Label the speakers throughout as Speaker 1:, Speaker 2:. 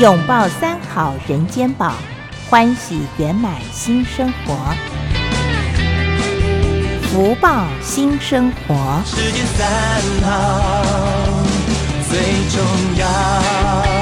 Speaker 1: 拥抱三好人间宝，欢喜圆满新生活。福报新生活，
Speaker 2: 世间三好最重要。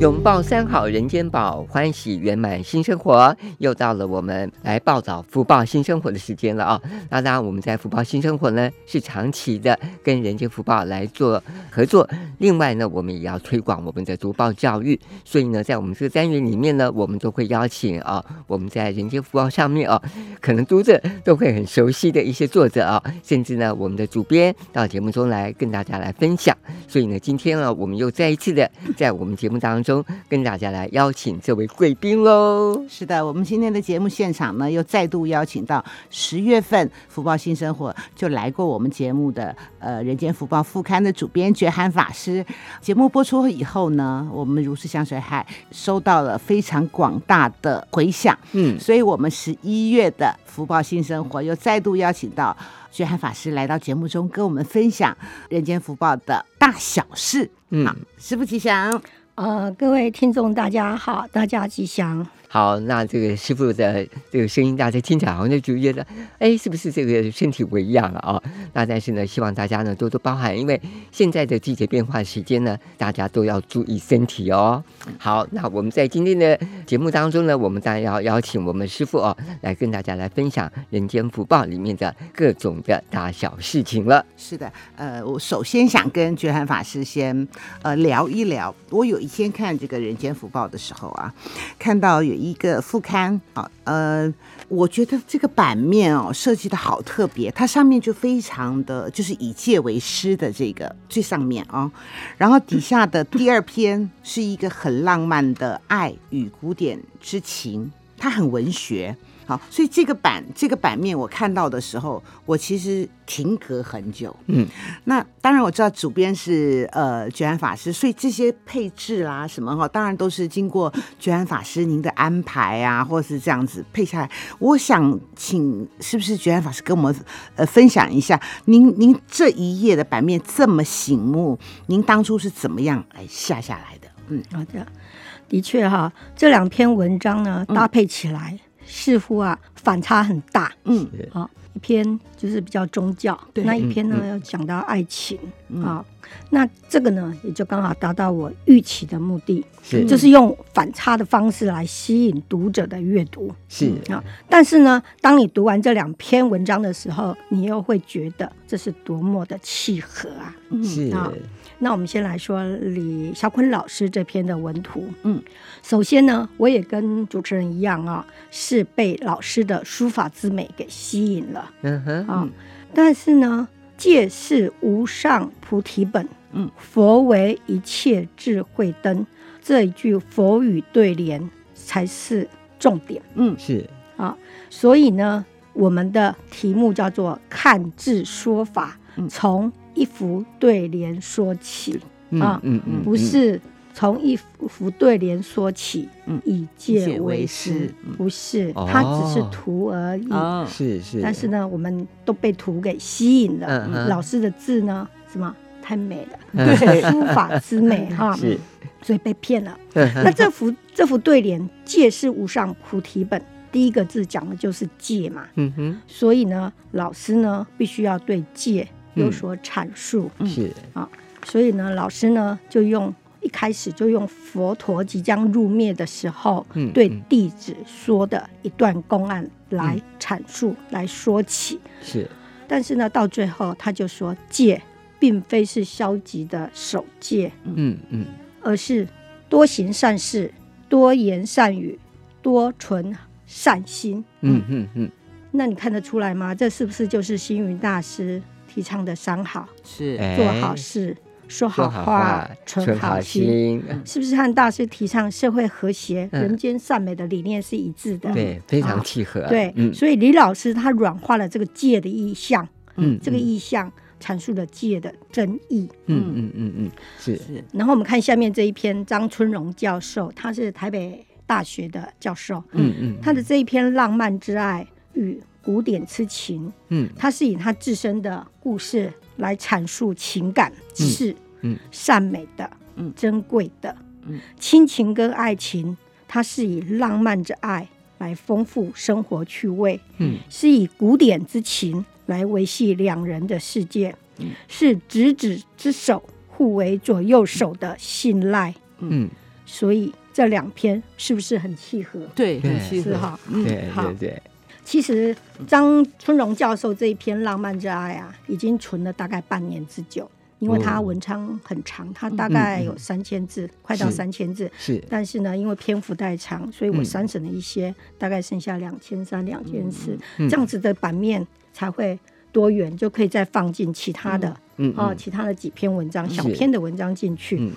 Speaker 3: 拥抱三好人间宝，欢喜圆满新生活。又到了我们来报道福报新生活的时间了啊、那当然，我们在福报新生活呢是长期的跟人间福报来做合作。另外呢，我们也要推广我们的读报教育。所以呢，在我们这个单元里面呢，我们都会邀请啊，我们在人间福报上面啊，可能读者都会很熟悉的一些作者啊，甚至呢，我们的主编到节目中来跟大家来分享。所以呢，今天呢，我们又再一次的在我们节目当中跟大家来邀请这位贵宾喽。
Speaker 4: 是的，我们今天的节目现场呢，又再度邀请到十月份福报新生活就来过我们节目的呃《人间福报》副刊的主编觉寒法师。节目播出以后呢，我们如是香水海收到了非常广大的回响，
Speaker 3: 嗯，
Speaker 4: 所以我们十一月的福报新生活又再度邀请到觉寒法师来到节目中，跟我们分享人间福报的大小事。
Speaker 3: 嗯
Speaker 4: 好，师傅吉祥。
Speaker 5: 呃，各位听众大家好，大家吉祥。
Speaker 3: 好，那这个师傅的这个声音，大家听起来好像就觉得，哎，是不是这个身体不一样了啊、那但是呢，希望大家呢多多包涵，因为现在的季节变化时间呢，大家都要注意身体哦。好，那我们在今天的节目当中呢，我们当然要邀请我们师傅哦，来跟大家来分享《人间福报》里面的各种的大小事情了。
Speaker 4: 是的，呃，我首先想跟觉寒法师先呃聊一聊。我有一天看这个《人间福报》的时候啊，看到有一个副刊啊，呃，我觉得这个版面哦设计的好特别，它上面就非常的就是以戒为师的这个最上面啊、然后底下的第二篇是一个很浪漫的爱与古典之情，它很文学。好，所以这个版这个版面我看到的时候，我其实停格很久。
Speaker 3: 嗯，
Speaker 4: 那当然我知道主编是呃觉安法师，所以这些配置啦、什么哈，当然都是经过觉安法师您的安排啊，或是这样子配下来。我想请是不是觉安法师跟我们呃分享一下，您您这一页的版面这么醒目，您当初是怎么样来下下来的？嗯，
Speaker 5: 好的，的确哈，这两篇文章呢
Speaker 4: 嗯
Speaker 5: 搭配起来，似乎啊反差很大。
Speaker 4: 嗯
Speaker 5: 啊，一篇就是比较宗教，
Speaker 4: 对
Speaker 5: 那一篇呢
Speaker 3: 嗯
Speaker 5: 要讲到爱情
Speaker 4: 嗯
Speaker 5: 啊，那这个呢也就刚好达到我预期的目的，
Speaker 4: 嗯
Speaker 3: 是
Speaker 5: 就是用反差的方式来吸引读者的阅读。
Speaker 3: 是
Speaker 5: 啊，但是呢，当你读完这两篇文章的时候，你又会觉得这是多么的契合啊！
Speaker 4: 嗯
Speaker 3: 是
Speaker 5: 啊那我们先来说李小坤老师这篇的文图。
Speaker 4: 嗯，
Speaker 5: 首先呢，我也跟主持人一样啊，是被老师的书法之美给吸引了
Speaker 3: 嗯哼，
Speaker 5: 啊。但是呢，戒是无上菩提本，
Speaker 4: 嗯，
Speaker 5: 佛为一切智慧灯，这一句佛语对联才是重点。
Speaker 4: 嗯
Speaker 3: 是
Speaker 5: 啊，所以呢，我们的题目叫做“看字说法”，
Speaker 4: 嗯
Speaker 5: 从一幅对联说起，啊
Speaker 3: 嗯嗯
Speaker 5: 不是从一幅对联说起，
Speaker 4: 嗯
Speaker 5: 以
Speaker 4: 以戒
Speaker 5: 戒
Speaker 4: 为
Speaker 5: 为
Speaker 4: 师
Speaker 5: 师
Speaker 4: 嗯，
Speaker 5: 不是，
Speaker 3: 哦
Speaker 5: 它只是图而已。
Speaker 4: 哦
Speaker 3: 是是，
Speaker 5: 但是呢，我们都被图给吸引了。
Speaker 3: 嗯嗯
Speaker 5: 老师的字呢，什么太美了，
Speaker 3: 嗯
Speaker 5: 书法之美哈，
Speaker 3: 是
Speaker 5: 所以被骗了。
Speaker 3: 嗯
Speaker 5: 那这幅这幅对联“戒是无上菩提本”，第一个字讲的就是戒嘛，
Speaker 3: 嗯哼
Speaker 5: 所以呢，老师呢必须要对戒有所阐述。
Speaker 3: 是
Speaker 5: 所以呢，老师呢就用一开始就用佛陀即将入灭的时候、
Speaker 3: 嗯
Speaker 5: 对
Speaker 3: 嗯
Speaker 5: 弟子说的一段公案来阐述、
Speaker 3: 嗯
Speaker 5: 来说起。
Speaker 3: 是
Speaker 5: 但是呢，到最后他就说，戒并非是消极的守戒，
Speaker 3: 嗯嗯
Speaker 5: 而是多行善事、多言善语、多存善心。
Speaker 3: 嗯嗯嗯。
Speaker 5: 那你看得出来吗？这是不是就是星云大师提倡的三好：
Speaker 4: 是
Speaker 3: 哎
Speaker 5: 做好事、
Speaker 3: 说
Speaker 5: 说好
Speaker 3: 好
Speaker 5: 话
Speaker 3: 话、，
Speaker 5: 存好心？是不是和大师提倡社会和谐、
Speaker 3: 嗯
Speaker 5: 人间善美的理念是一致的？
Speaker 3: 对，非常
Speaker 5: 啊
Speaker 3: 契合。
Speaker 5: 对
Speaker 3: 嗯，
Speaker 5: 所以李老师他软化了这个戒的意象，
Speaker 3: 嗯
Speaker 5: 这个
Speaker 3: 嗯
Speaker 5: 意象阐述了戒的真意。
Speaker 3: 嗯嗯嗯嗯，是
Speaker 4: 是，
Speaker 5: 然后我们看下面这一篇，张春荣教授，他是台北大学的教授，
Speaker 3: 嗯嗯，
Speaker 5: 他的这一篇《浪漫之爱与古典之情》，
Speaker 3: 嗯
Speaker 5: 他是以他自身的故事来阐述情感
Speaker 3: 嗯
Speaker 5: 是
Speaker 3: 嗯
Speaker 5: 善美的、
Speaker 4: 嗯
Speaker 5: 珍贵的、
Speaker 4: 嗯
Speaker 5: 亲情跟爱情，它是以浪漫之爱来丰富生活趣味，
Speaker 3: 嗯
Speaker 5: 是以古典之情来维系两人的世界，
Speaker 4: 嗯
Speaker 5: 是执子之手，互为左右手的信赖。
Speaker 3: 嗯，
Speaker 5: 所以这两篇是不是很契合？
Speaker 4: 对，
Speaker 3: 对
Speaker 4: 很契
Speaker 5: 是
Speaker 4: 合。
Speaker 5: 哈。
Speaker 3: 对
Speaker 4: 嗯
Speaker 5: 好
Speaker 3: 对对，
Speaker 5: 其实张春荣教授这一篇《浪漫之爱》啊，已经存了大概半年之久，因为他
Speaker 3: 哦
Speaker 5: 文章很长，他大概
Speaker 3: 嗯嗯
Speaker 5: 有三千字，快到
Speaker 3: 是
Speaker 5: 三千字。
Speaker 3: 是
Speaker 5: 但是呢，因为篇幅太长，所以我
Speaker 3: 嗯
Speaker 5: 删省了一些，大概剩下两千三、两千四
Speaker 3: 嗯
Speaker 5: 这样子的版面才会多元，就可以再放进其他的
Speaker 3: 嗯
Speaker 5: 啊、
Speaker 3: 嗯
Speaker 5: 其他的几篇文章、
Speaker 3: 是
Speaker 5: 小篇的文章进去。
Speaker 3: 嗯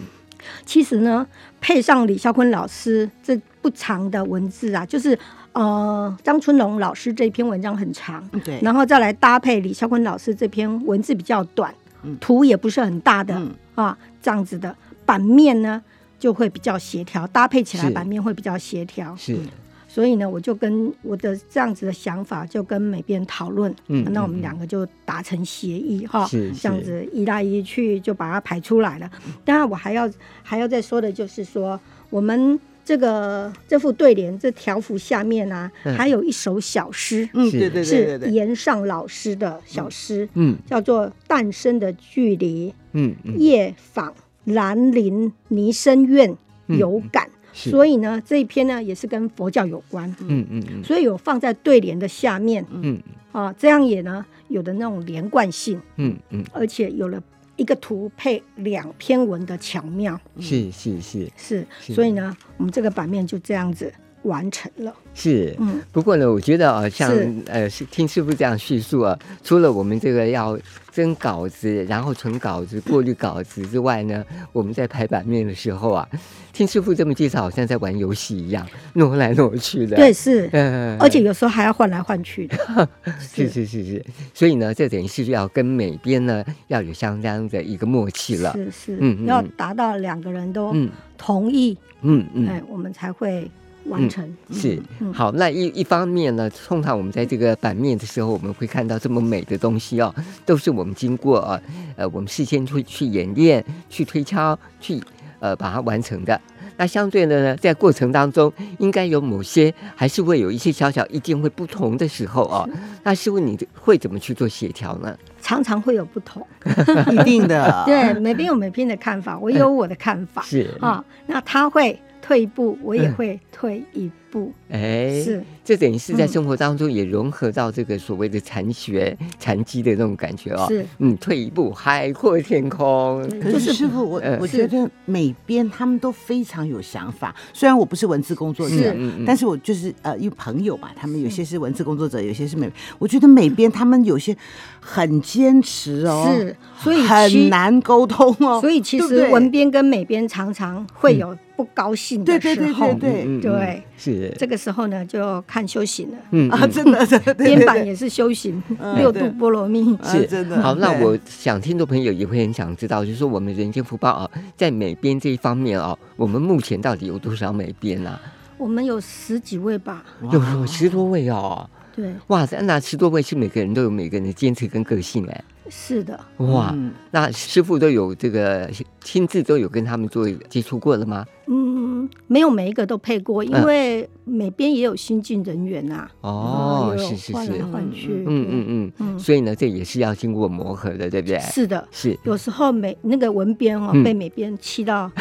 Speaker 5: 其实呢，配上李孝坤老师这不长的文字啊，就是呃张春龙老师这篇文章很长，
Speaker 4: 嗯对，
Speaker 5: 然后再来搭配李孝坤老师这篇文字比较短
Speaker 4: 嗯，
Speaker 5: 图也不是很大的、
Speaker 4: 嗯
Speaker 5: 啊，这样子的版面呢就会比较协调，搭配起来
Speaker 3: 是
Speaker 5: 版面会比较协调。
Speaker 3: 是
Speaker 5: 所以呢，我就跟我的这样子的想法就跟美编讨论，啊
Speaker 3: 嗯
Speaker 5: 那
Speaker 3: 嗯
Speaker 5: 我们
Speaker 3: 嗯
Speaker 5: 两个就达成协议哈，
Speaker 3: 是是
Speaker 5: 这样子一来一去就把它排出来了。当然，我还要还要再说的就是说，我们这个这副对联这条幅下面啊，
Speaker 3: 嗯
Speaker 5: 还有一首小诗，
Speaker 4: 嗯，
Speaker 3: 是
Speaker 4: 对对对对
Speaker 5: 是
Speaker 4: 对，
Speaker 5: 岩上老师的小诗，
Speaker 3: 嗯
Speaker 5: 叫做《诞生的距离》。
Speaker 3: 嗯嗯
Speaker 5: 夜访兰陵泥深院
Speaker 3: 嗯
Speaker 5: 有感，
Speaker 3: 是
Speaker 5: 所以呢这一篇呢也是跟佛教有关，
Speaker 3: 嗯嗯嗯
Speaker 5: 所以有放在对联的下面
Speaker 3: 嗯
Speaker 5: 啊，这样也呢有的那种连贯性，
Speaker 3: 嗯嗯
Speaker 5: 而且有了一个图配两篇文的巧妙，
Speaker 3: 嗯，是是是
Speaker 5: 是，
Speaker 3: 是
Speaker 5: 所以呢我们这个版面就这样子完成了，
Speaker 3: 是，
Speaker 5: 嗯，
Speaker 3: 不过呢，我觉得啊，像
Speaker 5: 是
Speaker 3: 呃，是听师傅这样叙述啊，除了我们这个要征稿子，然后存稿子、过滤稿子之外呢，我们在排版面的时候啊，听师傅这么介绍，好像在玩游戏一样，挪来挪去的。
Speaker 5: 对，，是。
Speaker 3: 嗯、
Speaker 5: 而且有时候还要换来换 去的，
Speaker 3: 是是是是，所以呢，这等于是要跟美编呢要有相当的一个默契了。
Speaker 5: 是是，
Speaker 3: 嗯嗯嗯
Speaker 5: 要达到两个人都
Speaker 3: 嗯
Speaker 5: 同意，
Speaker 3: 嗯嗯。
Speaker 5: 哎，我们才会完成。
Speaker 3: 是
Speaker 5: 嗯
Speaker 3: 好，那一一方面呢，通常我们在这个版面的时候，我们会看到这么美的东西哦，都是我们经过啊，呃，我们事先去去演练、去推敲、去呃把它完成的。那相对的呢，在过程当中，应该有某些还是会有一些小小意见会不同的时候哦。那师傅，你会怎么去做协调呢？
Speaker 5: 常常会有不同。。
Speaker 4: 一定的
Speaker 5: 对，每边有每边的看法，我也有我的看 法。
Speaker 3: 是
Speaker 5: 啊，那他会退一步，我也会退一步。
Speaker 3: 哎，
Speaker 5: 是，
Speaker 3: 这等于是在
Speaker 5: 嗯
Speaker 3: 生活当中也融合到这个所谓的禅学、
Speaker 4: 嗯
Speaker 3: 禅机的那种感觉哦。
Speaker 5: 是，
Speaker 3: 嗯，退一步，海阔天空。
Speaker 4: 嗯
Speaker 5: 对
Speaker 4: 可
Speaker 5: 就是是
Speaker 4: 师傅，我
Speaker 3: 呃
Speaker 4: 我
Speaker 5: 是
Speaker 4: 觉得每边他们都非常有想法。虽然我不是文字工作者
Speaker 5: 是
Speaker 3: 嗯嗯，
Speaker 4: 但是我就是呃，因为朋友嘛，他们有些是文字工作者，有些是美。我觉得每边他们有些很坚持哦，
Speaker 5: 是，所以
Speaker 4: 很
Speaker 5: 其
Speaker 4: 难沟通哦。
Speaker 5: 所以其
Speaker 4: 对不
Speaker 5: 实
Speaker 4: 对
Speaker 5: 文编跟美编常常会有不高兴
Speaker 4: 对
Speaker 5: 的
Speaker 4: 对
Speaker 5: 时
Speaker 4: 对
Speaker 5: 候
Speaker 4: 对。
Speaker 3: 嗯
Speaker 4: 对
Speaker 3: 嗯嗯
Speaker 5: 对
Speaker 3: 是
Speaker 5: 这个时候呢，就看修行了。
Speaker 3: 嗯
Speaker 4: 啊，
Speaker 3: 嗯
Speaker 4: 真的，真的对对
Speaker 5: 编版
Speaker 4: 对
Speaker 5: 也是修行，
Speaker 4: 嗯
Speaker 5: 六
Speaker 4: 对
Speaker 5: 度波罗蜜。
Speaker 4: 啊
Speaker 3: 是
Speaker 4: 真的
Speaker 3: 好，那
Speaker 4: 对
Speaker 3: 我想听众朋友也会很想知道，就是说我们人间福报啊，
Speaker 4: 嗯
Speaker 3: 在美编这一方面啊，我们目前到底有多少美编啊？
Speaker 5: 我们有十几位吧？
Speaker 3: 有有十多位哦。
Speaker 5: 对，
Speaker 3: 哇塞，那十多位是每个人都有每个人的坚持跟个性哎，
Speaker 5: 是的，
Speaker 3: 哇，
Speaker 4: 嗯
Speaker 3: 那师傅都有这个亲自都有跟他们做接触过了吗？
Speaker 5: 嗯，没有每一个都配过，因
Speaker 3: 嗯
Speaker 5: 为每边也有新进人员啊。
Speaker 3: 哦，
Speaker 5: 也有
Speaker 3: 是是
Speaker 5: 换
Speaker 3: 是，
Speaker 5: 来
Speaker 3: 嗯
Speaker 5: 换去，
Speaker 3: 嗯嗯嗯，
Speaker 5: 嗯
Speaker 3: 所以呢，这也是要经过磨合的，对不对
Speaker 5: 对，？是的。
Speaker 3: 是，
Speaker 5: 有时候美那个文编哦
Speaker 3: 嗯，
Speaker 5: 被美编气到，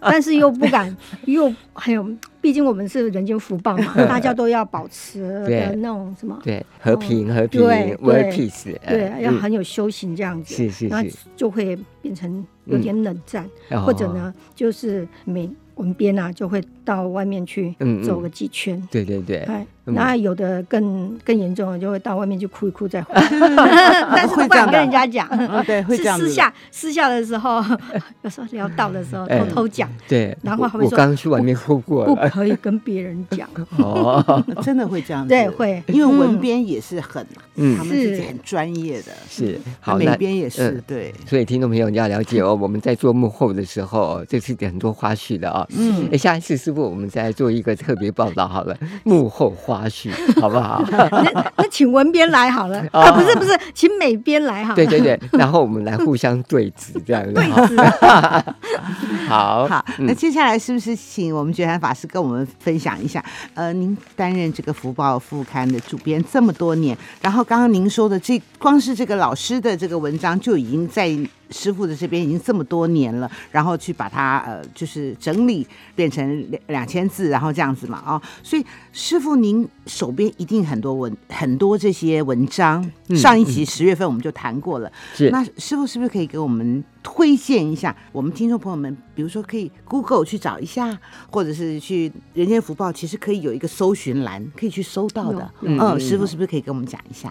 Speaker 5: 但是又不 敢，又还有，毕竟我们是人间福报嘛，大家都要保持的
Speaker 3: 对
Speaker 5: 那种什么，
Speaker 3: 对，和平和平
Speaker 5: 哦对
Speaker 3: ，world
Speaker 5: 对
Speaker 3: peace，哎
Speaker 5: 对，要
Speaker 3: 嗯
Speaker 5: 很有修行这样子，
Speaker 3: 是是
Speaker 5: 那
Speaker 3: 是
Speaker 5: 就会变成有点冷战，
Speaker 3: 嗯
Speaker 5: 或者呢，就是美文编啊，就会到外面去
Speaker 3: 嗯嗯
Speaker 5: 走个几圈。
Speaker 3: 对对对，
Speaker 5: 哎，
Speaker 3: 嗯
Speaker 5: 那有的更更严重的，就会到外面去哭一哭再回来， 但是
Speaker 4: 会
Speaker 5: 不
Speaker 4: 这样
Speaker 5: 敢
Speaker 4: 的
Speaker 5: 跟人家讲，
Speaker 4: 嗯对会
Speaker 5: 是
Speaker 4: 这样子
Speaker 5: 私
Speaker 4: 的
Speaker 5: 下私下的时候， 有时候聊到的时候
Speaker 3: 哎
Speaker 5: 偷偷讲，
Speaker 3: 对，
Speaker 5: 然后
Speaker 3: 我
Speaker 5: 还会
Speaker 3: 我
Speaker 5: 说
Speaker 3: 刚去外面哭过
Speaker 5: 不
Speaker 3: 了，
Speaker 5: 可以跟别人讲。
Speaker 3: 哦，
Speaker 4: 真的会这样子，
Speaker 5: 对会
Speaker 4: 因为文
Speaker 5: 嗯
Speaker 4: 编也是很，
Speaker 3: 嗯
Speaker 4: 他们自己
Speaker 5: 是呃
Speaker 4: 很专业的，
Speaker 3: 是好，
Speaker 4: 美
Speaker 3: 那
Speaker 4: 编也是，
Speaker 3: 嗯
Speaker 4: 对，
Speaker 3: 所以听众朋友你要了解哦，我们在做幕后的时候哦，这是很多花絮的哦。嗯，诶下一次师傅我们再做一个特别报道好了，幕后花絮，好不好？
Speaker 5: 那那请文编来好了，
Speaker 3: 哦
Speaker 5: 啊，不是不是，请美编来好 了。
Speaker 3: 对对对，然后我们来互相对质，这样子。
Speaker 5: 对
Speaker 3: 哈 好，
Speaker 4: 好，
Speaker 3: 嗯
Speaker 4: 那接下来是不是请我们觉涵法师跟我们分享一下？呃，您担任这个《福报》副刊的主编这么多年，然后刚刚您说的这光是这个老师的这个文章就已经在师傅的这边已经这么多年了，然后去把它呃就是整理变成两两千字，然后这样子嘛啊、哦，所以师傅您手边一定很多文很多这些文章，
Speaker 3: 嗯
Speaker 4: 上一期十月份我们就谈过了，
Speaker 3: 是
Speaker 4: 那师傅是不是可以给我们推荐一下？我们听众朋友们，比如说可以 Google 去找一下，或者是去《人间福报》，其实可以有一个搜寻栏，可以去搜到的。
Speaker 3: 嗯
Speaker 4: 嗯，
Speaker 3: 嗯
Speaker 4: 师傅是不是可以跟我们讲一下？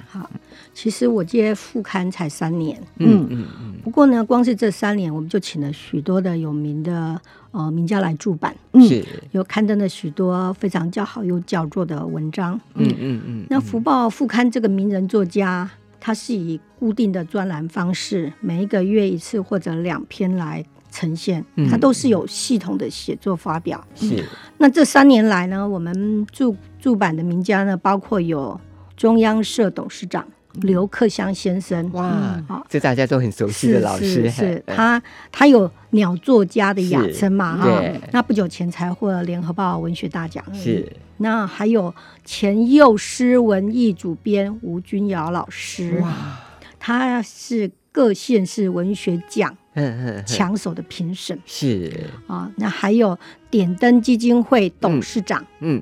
Speaker 5: 其实我接副刊才三年，
Speaker 3: 嗯嗯嗯，
Speaker 5: 不过呢，光是这三年，我们就请了许多的有名的呃名家来驻版，
Speaker 3: 嗯是，
Speaker 5: 有刊登了许多非常叫好又叫座的文章。
Speaker 3: 嗯嗯嗯，
Speaker 5: 那福报副刊这个名人作家，他是以固定的专栏方式，每一个月一次或者两篇来呈现
Speaker 3: 嗯，
Speaker 5: 他都是有系统的写作发表。
Speaker 3: 是，
Speaker 5: 那这三年来呢，我们驻驻版的名家呢，包括有中央社董事长刘克襄先生，
Speaker 3: 嗯哇
Speaker 5: 嗯好，
Speaker 3: 这大家都很熟悉的老师，
Speaker 5: 是是
Speaker 3: 嘿
Speaker 5: 他他有鸟作家的雅称嘛
Speaker 3: 是
Speaker 5: 哈、
Speaker 3: 对
Speaker 5: 那不久前才获了联合报文学大奖。
Speaker 3: 是，
Speaker 5: 那还有前幼师文艺主编吴君尧老师，他是各县市文学奖
Speaker 3: 嗯嗯，嗯
Speaker 5: 抢手的评审
Speaker 3: 是，
Speaker 5: 啊。那还有点灯基金会董事长
Speaker 3: 嗯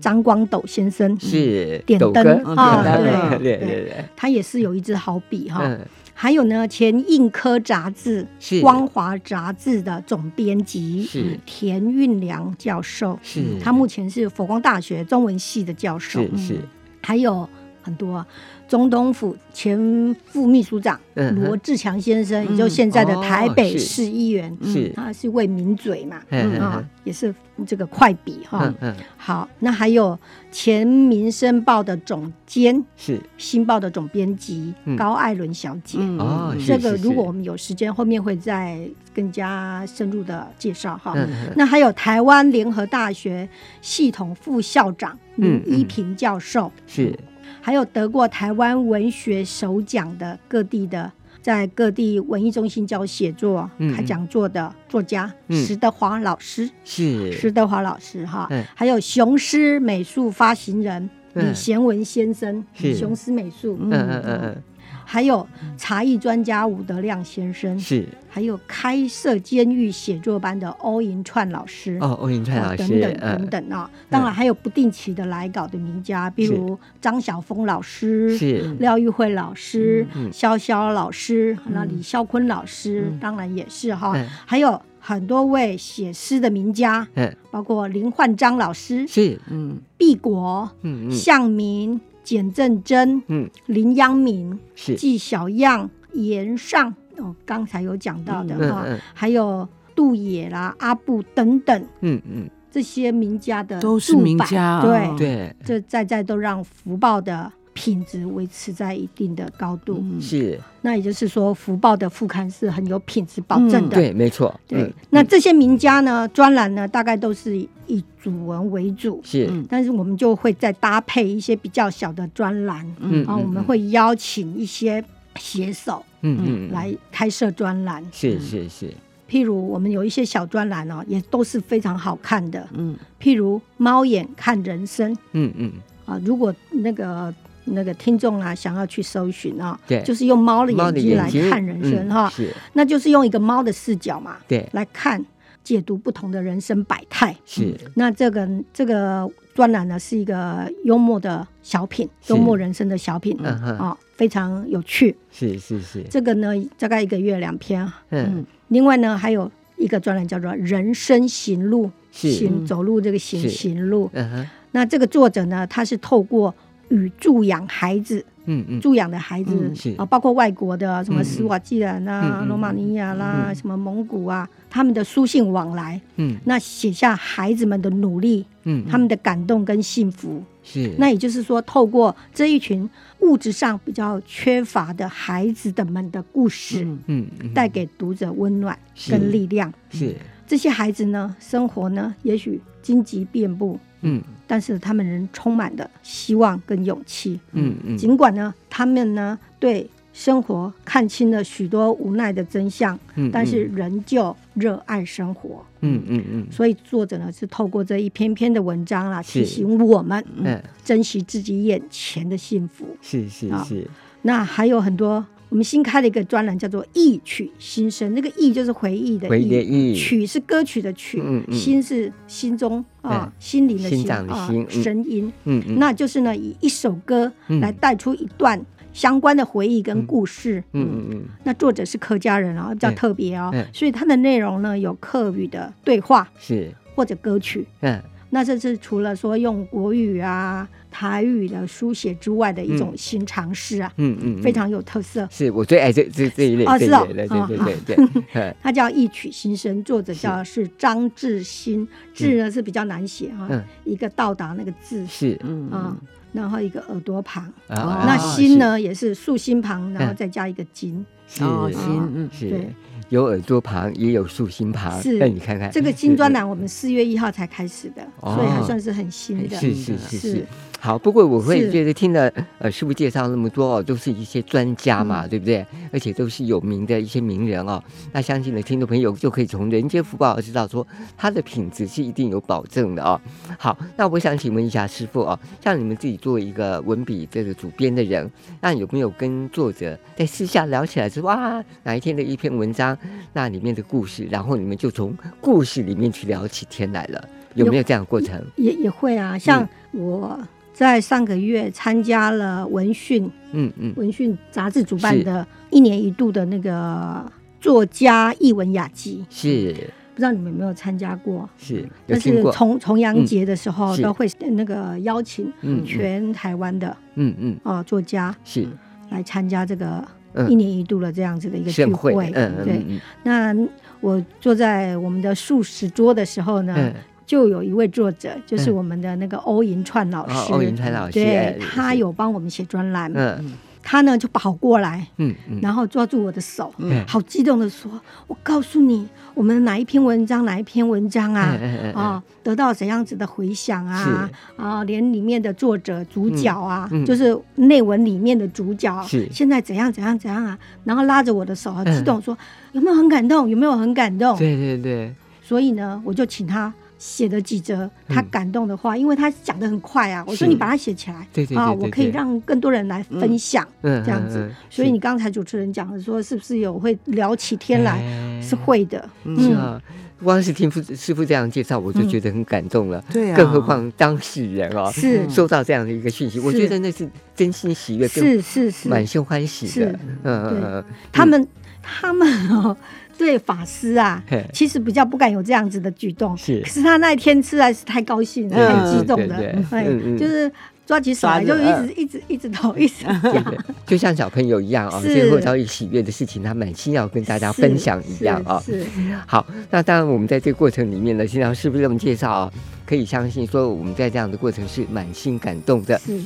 Speaker 5: 张光斗先生，
Speaker 3: 是，
Speaker 5: 点
Speaker 3: 抖
Speaker 5: 灯
Speaker 3: 哥
Speaker 5: 啊
Speaker 3: 点灯对对
Speaker 5: 对
Speaker 3: 对对，
Speaker 5: 他也是有一支好笔哈、
Speaker 3: 嗯
Speaker 5: 还有呢，前印科杂志
Speaker 3: 是
Speaker 5: 《光华杂志》的总编辑
Speaker 3: 是
Speaker 5: 田运良教授，
Speaker 3: 是
Speaker 5: 嗯他目前是佛光大学中文系的教授，
Speaker 3: 是是，
Speaker 5: 还有很多啊中东府前副秘书长
Speaker 3: 嗯哼
Speaker 5: 罗志强先生，也就现在的台北市议员，
Speaker 3: 是
Speaker 5: 嗯
Speaker 3: 是
Speaker 5: 他是为民嘴嘛，
Speaker 3: 嗯
Speaker 5: 啊，也是这个快笔哈
Speaker 3: 嗯。嗯
Speaker 5: 好，那还有前《民生报》的总监，
Speaker 3: 是，
Speaker 5: 新报的总编辑
Speaker 3: 嗯
Speaker 5: 高艾伦小姐。
Speaker 3: 哦是
Speaker 5: 嗯这个
Speaker 3: 是
Speaker 5: 如果
Speaker 3: 是
Speaker 5: 我们有时间，后面会再更加深入的介绍哈。
Speaker 3: 嗯嗯
Speaker 5: 那还有台湾联合大学系统副校长
Speaker 3: 嗯
Speaker 5: 林
Speaker 3: 嗯
Speaker 5: 一平教授，
Speaker 3: 是，
Speaker 5: 还有得过台湾文学首奖的各地的，在各地文艺中心教写作、
Speaker 3: 嗯
Speaker 5: 开讲座的作家、
Speaker 3: 嗯
Speaker 5: 石德华老师，
Speaker 3: 是
Speaker 5: 石德华老师哈，
Speaker 3: 嗯
Speaker 5: 还有雄狮美术发行人。
Speaker 3: 嗯
Speaker 5: 李贤文先生，
Speaker 3: 是
Speaker 5: 雄狮美术，
Speaker 3: 嗯嗯嗯嗯
Speaker 5: 还有茶艺专家伍德亮先生，
Speaker 3: 嗯是，
Speaker 5: 还有开设监狱写作班的欧银串老师
Speaker 3: 哦，欧银川
Speaker 5: 啊
Speaker 3: 老
Speaker 5: 等
Speaker 3: 师
Speaker 5: 等，等
Speaker 3: 嗯
Speaker 5: 等啊，当然还有不定期的来稿的名家，比如张晓峰老师、
Speaker 3: 是，
Speaker 5: 廖玉慧老师
Speaker 3: 嗯、
Speaker 5: 潇潇老师，那李孝坤老师，当然也是哈
Speaker 3: 嗯，
Speaker 5: 还有很多位写诗的名家，
Speaker 3: 嗯
Speaker 5: 包括林焕章老师、
Speaker 3: 是，
Speaker 4: 嗯
Speaker 5: 毕国、
Speaker 3: 嗯嗯
Speaker 5: 向明、简正真、
Speaker 3: 嗯
Speaker 5: 林央敏、
Speaker 3: 是，
Speaker 5: 纪晓漾、严尚，哦，刚才有讲到的
Speaker 3: 嗯
Speaker 5: 哈、
Speaker 3: 嗯
Speaker 5: 还有杜野啦、阿布等等
Speaker 3: 嗯嗯
Speaker 5: 这些名家的
Speaker 4: 都是
Speaker 5: 驻
Speaker 4: 名
Speaker 5: 版
Speaker 4: 家啊
Speaker 5: 对，
Speaker 3: 对
Speaker 5: 这在在都让福报的品质维持在一定的高度。
Speaker 3: 是，
Speaker 5: 那也就是说，福报的副刊是很有品质保证的。
Speaker 3: 对没错，
Speaker 5: 对
Speaker 3: 嗯
Speaker 5: 那这些名家呢，专栏呢，大概都是以以主文为主，
Speaker 3: 是，
Speaker 4: 嗯
Speaker 5: 但是我们就会再搭配一些比较小的专栏，
Speaker 3: 嗯
Speaker 5: 啊，我们会邀请一些写手
Speaker 3: 嗯嗯嗯
Speaker 5: 来嗯开设专栏，
Speaker 3: 是是是，
Speaker 5: 譬如我们有一些小专栏哦，也都是非常好看的，
Speaker 4: 嗯
Speaker 5: 譬如猫眼看人生
Speaker 3: 嗯嗯
Speaker 5: 啊，如果那个。那个听众啊，想要去搜寻啊，
Speaker 3: 对
Speaker 5: 就是用猫的眼睛来看人生哈、
Speaker 3: 嗯是
Speaker 5: 那就是用一个猫的视角嘛，
Speaker 3: 对
Speaker 5: 来看解读不同的人生百态。
Speaker 3: 是
Speaker 5: 那这个这个专栏呢，是一个幽默的小品，
Speaker 3: 是
Speaker 5: 幽默人生的小品
Speaker 3: 嗯哼
Speaker 5: 啊，非常有趣。
Speaker 3: 是是是，
Speaker 5: 这个呢，大概一个月两篇啊，
Speaker 3: 嗯
Speaker 5: 另外呢，还有一个专栏叫做《人生行路》，
Speaker 3: 是
Speaker 5: 行走路这个行
Speaker 3: 是
Speaker 5: 行路。
Speaker 3: 嗯哼
Speaker 5: 那这个作者呢，他是透过与助养孩子、
Speaker 3: 嗯嗯
Speaker 5: 助养的孩
Speaker 4: 嗯
Speaker 5: 子
Speaker 3: 是
Speaker 5: 啊，包括外国的什
Speaker 3: 嗯
Speaker 5: 么斯瓦季兰
Speaker 3: 嗯
Speaker 5: 啦
Speaker 3: 嗯、
Speaker 5: 罗马尼亚啦、什么蒙古啊，他们的书信往来，
Speaker 3: 嗯
Speaker 5: 那写下孩子们的努力、
Speaker 3: 嗯，
Speaker 5: 他们的感动跟幸福。
Speaker 3: 是
Speaker 5: 那也就是说，透过这一群物质上比较缺乏的孩子的们的故事，
Speaker 4: 嗯
Speaker 3: 嗯
Speaker 5: 带给读者温暖
Speaker 3: 是
Speaker 5: 跟力量。
Speaker 3: 是
Speaker 5: 这些孩子呢，生活呢，也许荆棘遍布，
Speaker 3: 嗯
Speaker 5: 但是他们仍充满了希望跟勇气。
Speaker 3: 嗯嗯
Speaker 5: 尽管呢，他们呢对生活看清了许多无奈的真相，
Speaker 3: 嗯，
Speaker 5: 但是仍旧热爱生活。
Speaker 3: 嗯嗯嗯
Speaker 5: 所以作者呢是透过这一篇篇的文章啦，
Speaker 3: 是
Speaker 5: 提醒我们、
Speaker 3: 嗯嗯，
Speaker 5: 珍惜自己眼前的幸福。
Speaker 3: 是是
Speaker 5: 啊
Speaker 3: 是，
Speaker 5: 那还有很多，我们新开了一个专栏，叫做“忆曲心声”，那个“忆”就是回忆的
Speaker 3: 回忆的忆
Speaker 5: 曲是歌曲的曲，
Speaker 3: 嗯嗯
Speaker 5: 心是心中啊、心灵的
Speaker 3: 心
Speaker 5: 心
Speaker 3: 脏的
Speaker 5: 啊
Speaker 3: 心嗯
Speaker 5: 声音，
Speaker 3: 嗯嗯，
Speaker 5: 那就是呢以一首歌
Speaker 3: 嗯
Speaker 5: 来带出一段相关的回忆跟故事。
Speaker 3: 嗯嗯嗯
Speaker 5: 那作者是客家人哦，比较
Speaker 3: 嗯
Speaker 5: 特别哦
Speaker 3: 嗯，
Speaker 5: 所以它的内容呢有客语的对话
Speaker 3: 是，
Speaker 5: 或者歌曲。
Speaker 3: 嗯
Speaker 5: 那这是除了说用国语啊、台语的书写之外的一种
Speaker 3: 嗯
Speaker 5: 新尝试啊，
Speaker 3: 嗯嗯，
Speaker 5: 非
Speaker 3: 嗯
Speaker 5: 常有特色。
Speaker 3: 是我最爱这这这一类
Speaker 5: 哦
Speaker 3: 这一
Speaker 5: 是哦
Speaker 3: 类的，
Speaker 5: 哦
Speaker 3: 对
Speaker 5: 好
Speaker 3: 对对 对， 嗯
Speaker 5: 它叫《一曲心声》，作者叫是张志新，志呢是比较难写哈、
Speaker 3: 嗯
Speaker 5: 一个到达那个字
Speaker 3: 是
Speaker 4: 嗯
Speaker 5: 啊、然后一个耳朵旁，
Speaker 3: 啊，
Speaker 5: 那
Speaker 3: 啊
Speaker 5: 心？呢也是竖心旁，然后
Speaker 3: 嗯
Speaker 5: 再加一个金，
Speaker 3: 是
Speaker 4: 哦
Speaker 3: 是
Speaker 4: 心嗯
Speaker 3: 是
Speaker 5: 对。
Speaker 3: 有耳朵旁，也有竖心旁。
Speaker 5: 是
Speaker 3: 那你看嗯看
Speaker 5: 这个
Speaker 3: 金
Speaker 5: 新专栏我们四月一号才开始的，
Speaker 3: 哎哦
Speaker 5: 所以还算是很新的。嗯
Speaker 3: 是是是是
Speaker 5: 是，
Speaker 3: 好。不过我会
Speaker 5: 是
Speaker 3: 觉得听了呃师傅介绍那么多哦，都是一些专家
Speaker 5: 嗯
Speaker 3: 嘛，对不对？而且都是有名的一些名人哦。那相信呢，听众朋友就可以从《人间福报》知道说它的品质是一定有保证的哦。好，那我想请问一下师傅哦，像你们自己作为一个文笔这个主编的人，那有没有跟作者在私下聊起来说哇哪一天的一篇文章，那里面的故事，然后你们就从故事里面去聊起天来了？有没有这样的过程？
Speaker 5: 也也会啊，
Speaker 3: 嗯
Speaker 5: 像我在上个月参加了文讯
Speaker 3: 嗯嗯。
Speaker 5: 文讯杂志主办的一年一度的那个作家译文雅集，
Speaker 3: 是
Speaker 5: 不知道你们有没有参加过？
Speaker 3: 是，有
Speaker 5: 嗯那
Speaker 3: 听
Speaker 5: 是
Speaker 3: 过，
Speaker 5: 重重阳节的时
Speaker 3: 嗯
Speaker 5: 候
Speaker 3: 是
Speaker 5: 都会那个邀请
Speaker 3: 嗯嗯
Speaker 5: 全台湾的
Speaker 3: 嗯嗯，
Speaker 5: 啊作家
Speaker 3: 是
Speaker 5: 来参加这个
Speaker 3: 嗯
Speaker 5: 一年一度的这样子的一个聚
Speaker 3: 盛会，
Speaker 5: 会
Speaker 3: 嗯。嗯
Speaker 5: 对，
Speaker 3: 嗯
Speaker 5: 那我坐在我们的素食桌的时候呢，
Speaker 3: 嗯，
Speaker 5: 就有一位作者，就是
Speaker 3: 嗯
Speaker 5: 我们的那个欧银川老
Speaker 3: 哦
Speaker 5: 师，
Speaker 3: 欧银川老师哎
Speaker 5: 对，他
Speaker 3: 是
Speaker 5: 有帮我们写专栏，
Speaker 3: 嗯
Speaker 5: 他呢就跑过来，
Speaker 3: 嗯嗯，
Speaker 5: 然后抓住我的手，
Speaker 3: 嗯
Speaker 5: 好激动的说：“我告诉你，我们哪一篇文章，哪一篇文章啊
Speaker 3: 嗯嗯嗯，嗯
Speaker 5: 啊，得到怎样子的回响啊，啊，连里面的作者、主角啊，
Speaker 3: 嗯嗯
Speaker 5: 就是内文里面的主角，
Speaker 3: 是
Speaker 5: 现在怎样怎样怎样啊，然后拉着我的手，好
Speaker 3: 嗯
Speaker 5: 激动说：有没有很感动？有没有很感动？
Speaker 3: 对对对，
Speaker 5: 所以呢，我就请他。”写了几则他
Speaker 3: 嗯
Speaker 5: 感动的话，因为他讲的很快啊。我说
Speaker 3: 是
Speaker 5: 你把它写起来，
Speaker 3: 对对
Speaker 5: 啊，
Speaker 3: 对对
Speaker 5: 我可以
Speaker 3: 对
Speaker 5: 让更多人来分享。
Speaker 3: 嗯，
Speaker 5: 这样子
Speaker 3: 嗯，
Speaker 5: 所以你刚才主持人讲的说，是不是有会聊起天来？是，会的，
Speaker 3: 哎嗯哎是啊。光是听傅师傅这样介绍，我就
Speaker 5: 嗯
Speaker 3: 觉得很感动了。
Speaker 4: 对啊
Speaker 3: 更何况当事人哦，
Speaker 5: 是
Speaker 3: 收到这样的一个讯息，我
Speaker 5: 是
Speaker 3: 觉得那是真心喜悦，更
Speaker 5: 是是
Speaker 3: 满
Speaker 5: 是，
Speaker 3: 心欢喜的
Speaker 5: 是。
Speaker 3: 嗯嗯嗯嗯，
Speaker 5: 他们他们哦，对法师啊
Speaker 3: 嘿，
Speaker 5: 其实比较不敢有这样子的举动，
Speaker 3: 是
Speaker 5: 可是他那一天实在是太高兴了，
Speaker 4: 嗯
Speaker 5: 太激动了
Speaker 3: 对对，
Speaker 5: 哎
Speaker 3: 嗯嗯，啊
Speaker 5: 就是抓起手来
Speaker 4: 抓着
Speaker 5: 就一直一直一直抖， 一直
Speaker 3: 对
Speaker 5: 摇
Speaker 3: 对，就像小朋友一样哦，
Speaker 5: 是
Speaker 3: 最后遭遇喜悦的事情，他满心要跟大家分享一样啊、哦。
Speaker 5: 是是
Speaker 3: 好，那当然，我们在这个过程里面呢，经常是不是这么介绍啊？可以相信说，我们在这样的过程是满心感动的。
Speaker 5: 是。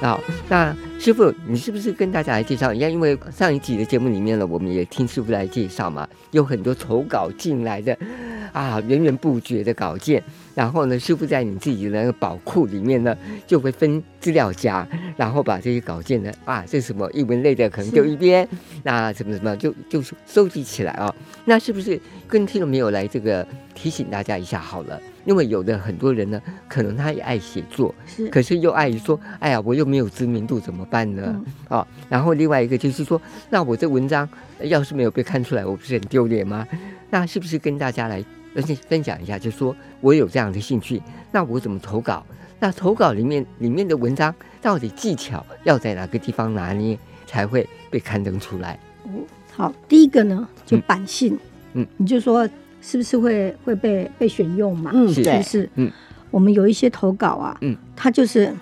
Speaker 3: 好，啊那师傅，你是不是跟大家来介绍一下？因为上一集的节目里面呢，我们也听师傅来介绍嘛，有很多投稿进来的啊，源源不绝的稿件。然后呢，师傅在你自己的那个宝库里面呢，就会分资料夹，然后把这些稿件呢，啊，这是什么译文类的可能
Speaker 5: 是
Speaker 3: 丢一边，那什么什么就就是收集起来啊、那是不是跟听众朋友来这个提醒大家一下好了？因为有的很多人呢，可能他也爱写作，
Speaker 5: 是
Speaker 3: 可是又碍于说，哎呀，我又没有知名度，怎么办呢？
Speaker 5: 嗯
Speaker 3: 啊，然后另外一个就是说，那我这文章呃要是没有被看出来，我不是很丢脸吗？那是不是跟大家来，而且分享一下，就说我有这样的兴趣，那我怎么投稿？那投稿里面里面的文章到底技巧要在哪个地方拿捏，才会被刊登出来？
Speaker 5: 好，第一个呢，就版性，
Speaker 3: 嗯，
Speaker 5: 你就说是不是会会被被选用嘛？
Speaker 4: 嗯
Speaker 3: 是
Speaker 5: 是不
Speaker 4: 对
Speaker 5: 是？
Speaker 3: 嗯，
Speaker 5: 我们有一些投稿啊，
Speaker 3: 嗯，
Speaker 5: 他就是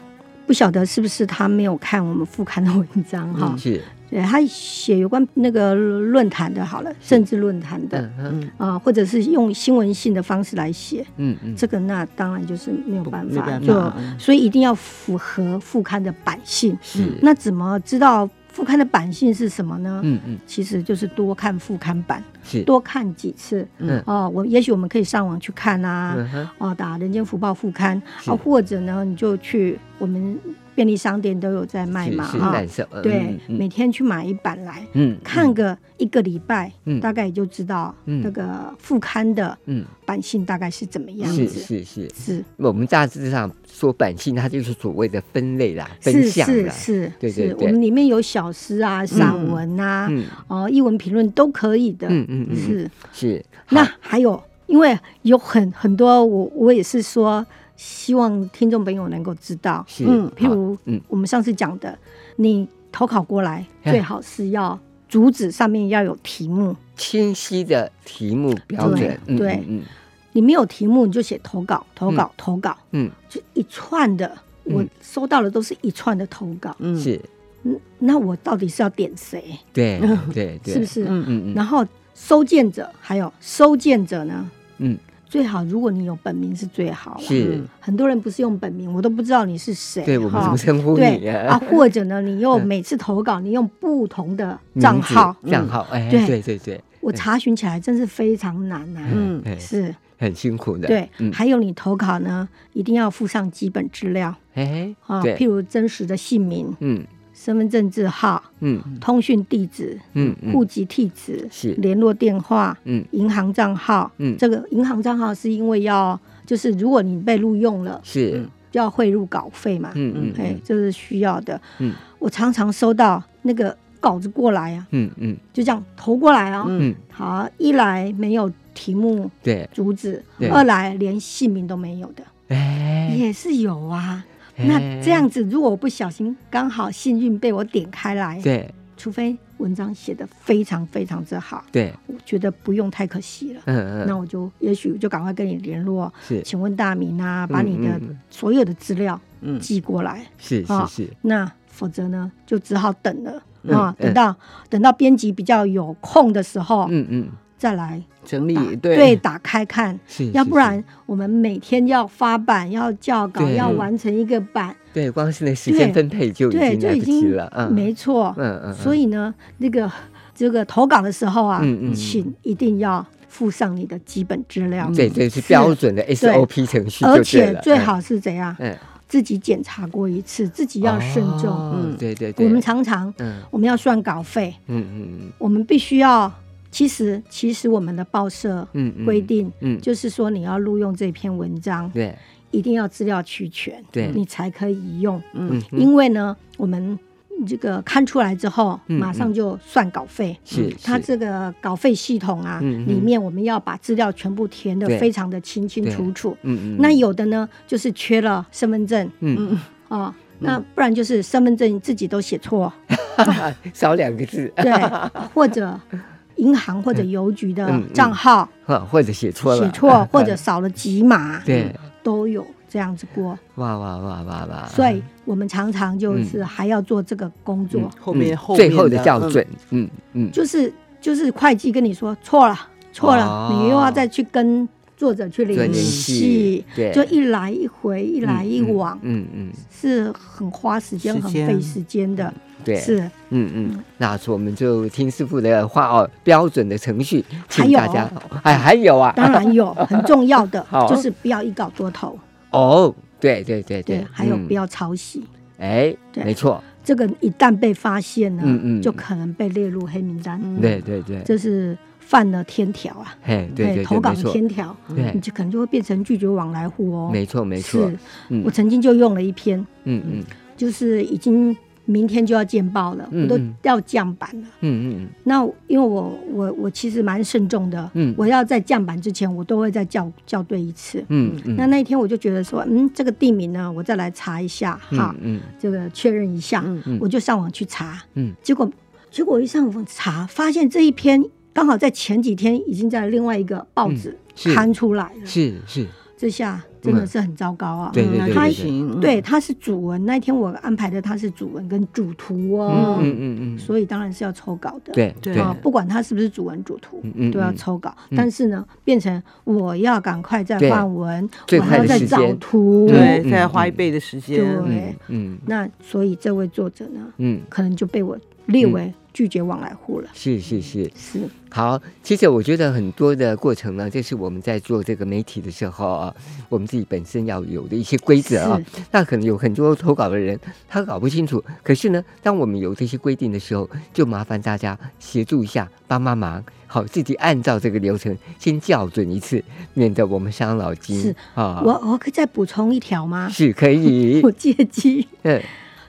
Speaker 5: 不晓得是不是他没有看我们副刊的文章哈、
Speaker 3: 是，嗯
Speaker 5: 对他写有关那个论坛的，好了，政治论坛的
Speaker 3: 嗯嗯
Speaker 5: 啊、或者是用新闻性的方式来写，
Speaker 3: 嗯嗯，
Speaker 5: 这个那当然就是没有办
Speaker 4: 没
Speaker 5: 法，
Speaker 4: 办法
Speaker 5: 就
Speaker 4: 嗯
Speaker 5: 所以一定要符合副刊的版性。
Speaker 3: 是
Speaker 5: 那怎么知道副刊的版性是什么呢？
Speaker 3: 嗯嗯，
Speaker 5: 其实就是多看副刊版，
Speaker 3: 是，
Speaker 5: 多看几次。
Speaker 3: 嗯
Speaker 5: 哦，我也许我们可以上网去看啊，
Speaker 3: 嗯哼，
Speaker 5: 哦，打《人间福报》副刊
Speaker 3: 是
Speaker 5: 啊，或者呢，你就去我们便利商店都有在卖
Speaker 3: 是
Speaker 5: 嘛，
Speaker 3: 是
Speaker 5: 哈、
Speaker 3: 难受，嗯
Speaker 5: 对，
Speaker 3: 嗯
Speaker 5: 每天去买一版来。
Speaker 3: 嗯
Speaker 5: 看，个一个礼拜，
Speaker 3: 嗯
Speaker 5: 大概也就知道
Speaker 3: 嗯
Speaker 5: 那个副刊的
Speaker 3: 嗯
Speaker 5: 版性大概是怎么样
Speaker 3: 嗯，是
Speaker 5: 子。
Speaker 3: 是是，
Speaker 5: 是
Speaker 3: 我们大致上说版性，它就是所谓的分类啦、分
Speaker 5: 是
Speaker 3: 项
Speaker 5: 是
Speaker 3: 啦，
Speaker 5: 是，
Speaker 3: 对对对
Speaker 5: 是我们里面有小诗啊、散文啊、
Speaker 3: 嗯
Speaker 5: 哦、译文评论都可以的。
Speaker 3: 嗯嗯嗯，
Speaker 5: 是。
Speaker 3: 是，
Speaker 5: 那
Speaker 3: 好
Speaker 5: 还有，因为有很很多，我我也是说，希望听众朋友能够知道，
Speaker 3: 是，
Speaker 4: 嗯
Speaker 5: 譬如
Speaker 3: 好嗯
Speaker 5: 我们上次讲的，你投考过来
Speaker 3: 哎
Speaker 5: 最好是要主旨上面要有题目，
Speaker 3: 清晰的题目标准
Speaker 5: 对，
Speaker 3: 嗯
Speaker 5: 对
Speaker 3: 嗯
Speaker 5: 你没有题目你就写投稿，投稿，投稿，
Speaker 3: 嗯
Speaker 5: 就一串的。我
Speaker 3: 嗯
Speaker 5: 收到的都是一串的投稿，
Speaker 3: 嗯，
Speaker 4: 嗯，
Speaker 3: 是，
Speaker 5: 嗯，那我到底是要点谁？
Speaker 3: 对对对，
Speaker 5: 是不？是？
Speaker 4: 嗯
Speaker 3: 嗯嗯
Speaker 5: 然后收件者还有收件者呢，
Speaker 3: 嗯，
Speaker 5: 最好如果你有本名是最好嗯了。
Speaker 3: 是，
Speaker 5: 很多人不是用本名，我都不知道你是谁。
Speaker 3: 对我们
Speaker 5: 哈
Speaker 3: 怎么称呼你
Speaker 5: 对啊，
Speaker 3: 啊？
Speaker 5: 或者呢，你又
Speaker 3: 嗯
Speaker 5: 每次投稿，你用不同的账号，嗯
Speaker 3: 名字账号，哎，
Speaker 5: 对
Speaker 3: 对对对，
Speaker 5: 我查询起来真是非常难啊。
Speaker 3: 嗯
Speaker 4: 嗯，
Speaker 3: 哎
Speaker 5: 是
Speaker 3: 很辛苦的，
Speaker 5: 对，
Speaker 3: 嗯，
Speaker 5: 还有你投稿呢，一定要附上基本资料
Speaker 3: 哎，
Speaker 5: 啊，
Speaker 3: 对
Speaker 5: 譬如真实的姓名、
Speaker 3: 嗯
Speaker 5: 身份证字号、
Speaker 3: 嗯
Speaker 5: 通讯地址、
Speaker 3: 嗯嗯，
Speaker 5: 户籍地址、
Speaker 3: 是
Speaker 5: 联络电话、
Speaker 3: 嗯
Speaker 5: 银行账号。
Speaker 3: 嗯
Speaker 5: 这个银行账号是因为要，就是如果你被录用了，
Speaker 3: 是，
Speaker 4: 嗯
Speaker 5: 就要汇入稿费嘛。
Speaker 3: 嗯嗯
Speaker 5: 哎
Speaker 3: 嗯，
Speaker 5: 这是需要的。
Speaker 3: 嗯，
Speaker 5: 我常常收到那个稿子过来啊，
Speaker 3: 嗯嗯
Speaker 5: 就这样投过来哦。
Speaker 4: 嗯
Speaker 3: 嗯，
Speaker 5: 好，一来没有题目
Speaker 3: 对，
Speaker 5: 主旨
Speaker 3: 对，
Speaker 5: 二来连姓名都没有的，
Speaker 3: 哎，
Speaker 5: 也是有啊。
Speaker 3: 哎
Speaker 5: 那这样子，如果我不小心刚好幸运被我点开来，
Speaker 3: 对
Speaker 5: 除非文章写的非常非常之好，
Speaker 3: 对，
Speaker 5: 我觉得不用太可惜了。
Speaker 3: 嗯
Speaker 5: 那
Speaker 3: 嗯，
Speaker 5: 我就也许就赶快跟你联络，
Speaker 3: 是
Speaker 5: 请问大名啊，把你的
Speaker 3: 嗯嗯
Speaker 5: 所有的资料
Speaker 4: 嗯
Speaker 5: 寄过来。
Speaker 3: 是是
Speaker 5: 啊
Speaker 3: 是，
Speaker 5: 那否则呢，就只好等了
Speaker 3: 嗯
Speaker 5: 啊，
Speaker 3: 嗯
Speaker 5: 等到等到编辑比较有空的时候
Speaker 3: 嗯嗯，
Speaker 5: 再来
Speaker 4: 整理
Speaker 5: 打
Speaker 4: 对
Speaker 5: 哦啊对打开看。
Speaker 3: 是，是
Speaker 5: 要不
Speaker 3: 是
Speaker 5: 然我们每天要发版、要校稿、
Speaker 3: 对
Speaker 5: 要完成一个版，
Speaker 3: 对，光是那时间
Speaker 5: 对
Speaker 3: 分配就已
Speaker 5: 对，
Speaker 3: 经
Speaker 5: 就
Speaker 3: 来
Speaker 5: 已
Speaker 3: 不及
Speaker 5: 经
Speaker 3: 了，嗯，
Speaker 5: 没错。
Speaker 3: 嗯嗯，
Speaker 5: 所
Speaker 3: 以
Speaker 5: 以呢，那个这个投稿的时候啊，
Speaker 3: 嗯嗯嗯
Speaker 5: 请一定要附上你的基本资料，
Speaker 3: 嗯对，这是标准的 SOP 程序就对了，
Speaker 5: 而且最
Speaker 3: 嗯，
Speaker 5: 好是怎样，
Speaker 3: 嗯，
Speaker 5: 自己检查过一次，自己要慎重。
Speaker 3: 哦
Speaker 4: 嗯
Speaker 3: 对对对，
Speaker 5: 我们常常
Speaker 3: 嗯
Speaker 5: 我们要算稿费，
Speaker 3: 嗯嗯
Speaker 5: 我们必须要，其实其实我们的报社
Speaker 3: 嗯嗯
Speaker 5: 规定，
Speaker 3: 嗯
Speaker 5: 就是说你要录用这篇文章，
Speaker 3: 对，
Speaker 5: 一定要资料齐全，
Speaker 3: 对
Speaker 5: 你才可以用。
Speaker 3: 嗯，
Speaker 5: 因为呢，我们这个看出来之后，
Speaker 3: 嗯
Speaker 5: 马上就算稿费。
Speaker 3: 是
Speaker 5: 它
Speaker 3: 是
Speaker 5: 这个稿费系统啊，
Speaker 3: 嗯嗯
Speaker 5: 里面我们要把资料全部填得
Speaker 3: 对
Speaker 5: 非常的清清楚楚。
Speaker 3: 嗯嗯，
Speaker 5: 那有的呢，就是缺了身份证
Speaker 3: 嗯
Speaker 5: 啊、那不然就是身份证自己都 写错，
Speaker 3: 啊少两个字，
Speaker 5: 对，或者银行或者邮局的
Speaker 3: 嗯嗯
Speaker 5: 账号
Speaker 3: 或或者写错了，
Speaker 5: 写错，或者
Speaker 3: 嗯
Speaker 5: 少了几码，
Speaker 3: 对，啊
Speaker 5: 都有这样子过。
Speaker 3: 哇哇哇哇哇，嗯
Speaker 5: 所以我们常常就是还要做这个工作，
Speaker 4: 后面
Speaker 3: 嗯
Speaker 4: 后
Speaker 3: 最
Speaker 4: 面
Speaker 3: 后
Speaker 4: 的
Speaker 3: 的校
Speaker 4: 嗯
Speaker 3: 准，嗯嗯，
Speaker 5: 就是就是会计跟你说错了，错
Speaker 3: 哦
Speaker 5: 了，你又要再去跟作者去
Speaker 3: 做
Speaker 5: 联
Speaker 3: 联系
Speaker 5: 系，，
Speaker 3: 对，
Speaker 5: 就一来一回，一来一
Speaker 3: 嗯
Speaker 5: 往，
Speaker 3: 嗯嗯，
Speaker 5: 是很花时间、
Speaker 4: 时
Speaker 5: 很
Speaker 4: 间
Speaker 5: 费时间的。
Speaker 3: 对，
Speaker 5: 是，
Speaker 3: 嗯嗯，那所以我们就听师傅的话哦，标准的程序，请大家
Speaker 5: 还
Speaker 3: 哎还有啊，
Speaker 5: 当然有很重要的
Speaker 3: 好，
Speaker 5: 就是不要一稿多投，
Speaker 3: 哦，对对对
Speaker 5: 对，还有
Speaker 3: 嗯
Speaker 5: 不要抄袭。
Speaker 3: 哎，
Speaker 5: 对
Speaker 3: 没错，
Speaker 5: 这个一旦被发现呢，
Speaker 3: 嗯嗯
Speaker 5: 就可能被列入黑名单，
Speaker 4: 嗯
Speaker 3: 对对对，
Speaker 5: 这是犯了天条啊，
Speaker 3: 嘿，对对对，
Speaker 5: 投稿
Speaker 3: 没
Speaker 5: 的
Speaker 3: 错，
Speaker 5: 天条，你
Speaker 3: 对，
Speaker 5: 就可能就会变成拒绝往来户哦。
Speaker 3: 没错没错
Speaker 5: 是，
Speaker 3: 嗯
Speaker 5: 我曾经就用了一篇，
Speaker 3: 嗯嗯
Speaker 5: 就是已经明天就要见报了，
Speaker 3: 嗯
Speaker 5: 我都
Speaker 3: 嗯
Speaker 5: 要降版了。
Speaker 3: 嗯嗯
Speaker 5: 那我因为我我我其实蛮慎重的，
Speaker 3: 嗯
Speaker 5: 我要在降版之前，我都会再校校对一次。
Speaker 3: 嗯嗯，
Speaker 5: 那那一天我就觉得说，嗯，这个地名呢，我再来查一下哈，
Speaker 3: 嗯
Speaker 5: 这个确认一下，
Speaker 4: 嗯
Speaker 3: 嗯
Speaker 5: 我就上网去查，
Speaker 3: 嗯，
Speaker 5: 结果结果我一上网查，发现这一篇刚好在前几天已经在另外一个报纸
Speaker 3: 嗯是
Speaker 5: 刊出来了，
Speaker 3: 嗯，是是，
Speaker 5: 这下真的是很糟糕啊！
Speaker 3: 对对
Speaker 4: 那
Speaker 3: 对
Speaker 4: 就
Speaker 3: 对对，
Speaker 4: 行，
Speaker 5: 对，它是主文，那一天我安排的它是主文跟主图哦，
Speaker 3: 嗯嗯嗯，
Speaker 5: 所以当然是要抽稿的。
Speaker 3: 对
Speaker 4: 对
Speaker 3: 对
Speaker 5: 啊，不管它是不是主文主图
Speaker 3: 嗯嗯，
Speaker 5: 都要
Speaker 3: 嗯
Speaker 5: 抽稿。
Speaker 3: 嗯
Speaker 5: 但是呢，变成我要赶快再
Speaker 3: 对
Speaker 5: 换文，
Speaker 3: 最
Speaker 5: 我
Speaker 3: 快
Speaker 5: 还
Speaker 3: 的
Speaker 5: 要再
Speaker 3: 时
Speaker 5: 找
Speaker 3: 间
Speaker 5: 图。
Speaker 4: 对
Speaker 3: 嗯
Speaker 4: 再
Speaker 3: 嗯
Speaker 4: 花一
Speaker 3: 嗯
Speaker 4: 倍的时间，
Speaker 5: 对
Speaker 3: 嗯嗯
Speaker 5: 那所以这位作者呢，
Speaker 3: 嗯
Speaker 5: 可能就被我列为拒绝往来户了。
Speaker 3: 是是是，
Speaker 5: 是，
Speaker 3: 好，其实我觉得很多的过程呢，这是我们在做这个媒体的时候啊，我们自己本身要有的一些规则啊。那可能有很多投稿的人，他搞不清楚。可是呢，当我们有这些规定的时候，就麻烦大家协助一下，帮帮忙，好，自己按照这个流程先校准一次，免得我们伤脑筋。
Speaker 5: 是
Speaker 3: 啊，
Speaker 5: 我我可以再补充一条吗？
Speaker 3: 是可以
Speaker 5: 我，借机
Speaker 3: 嗯，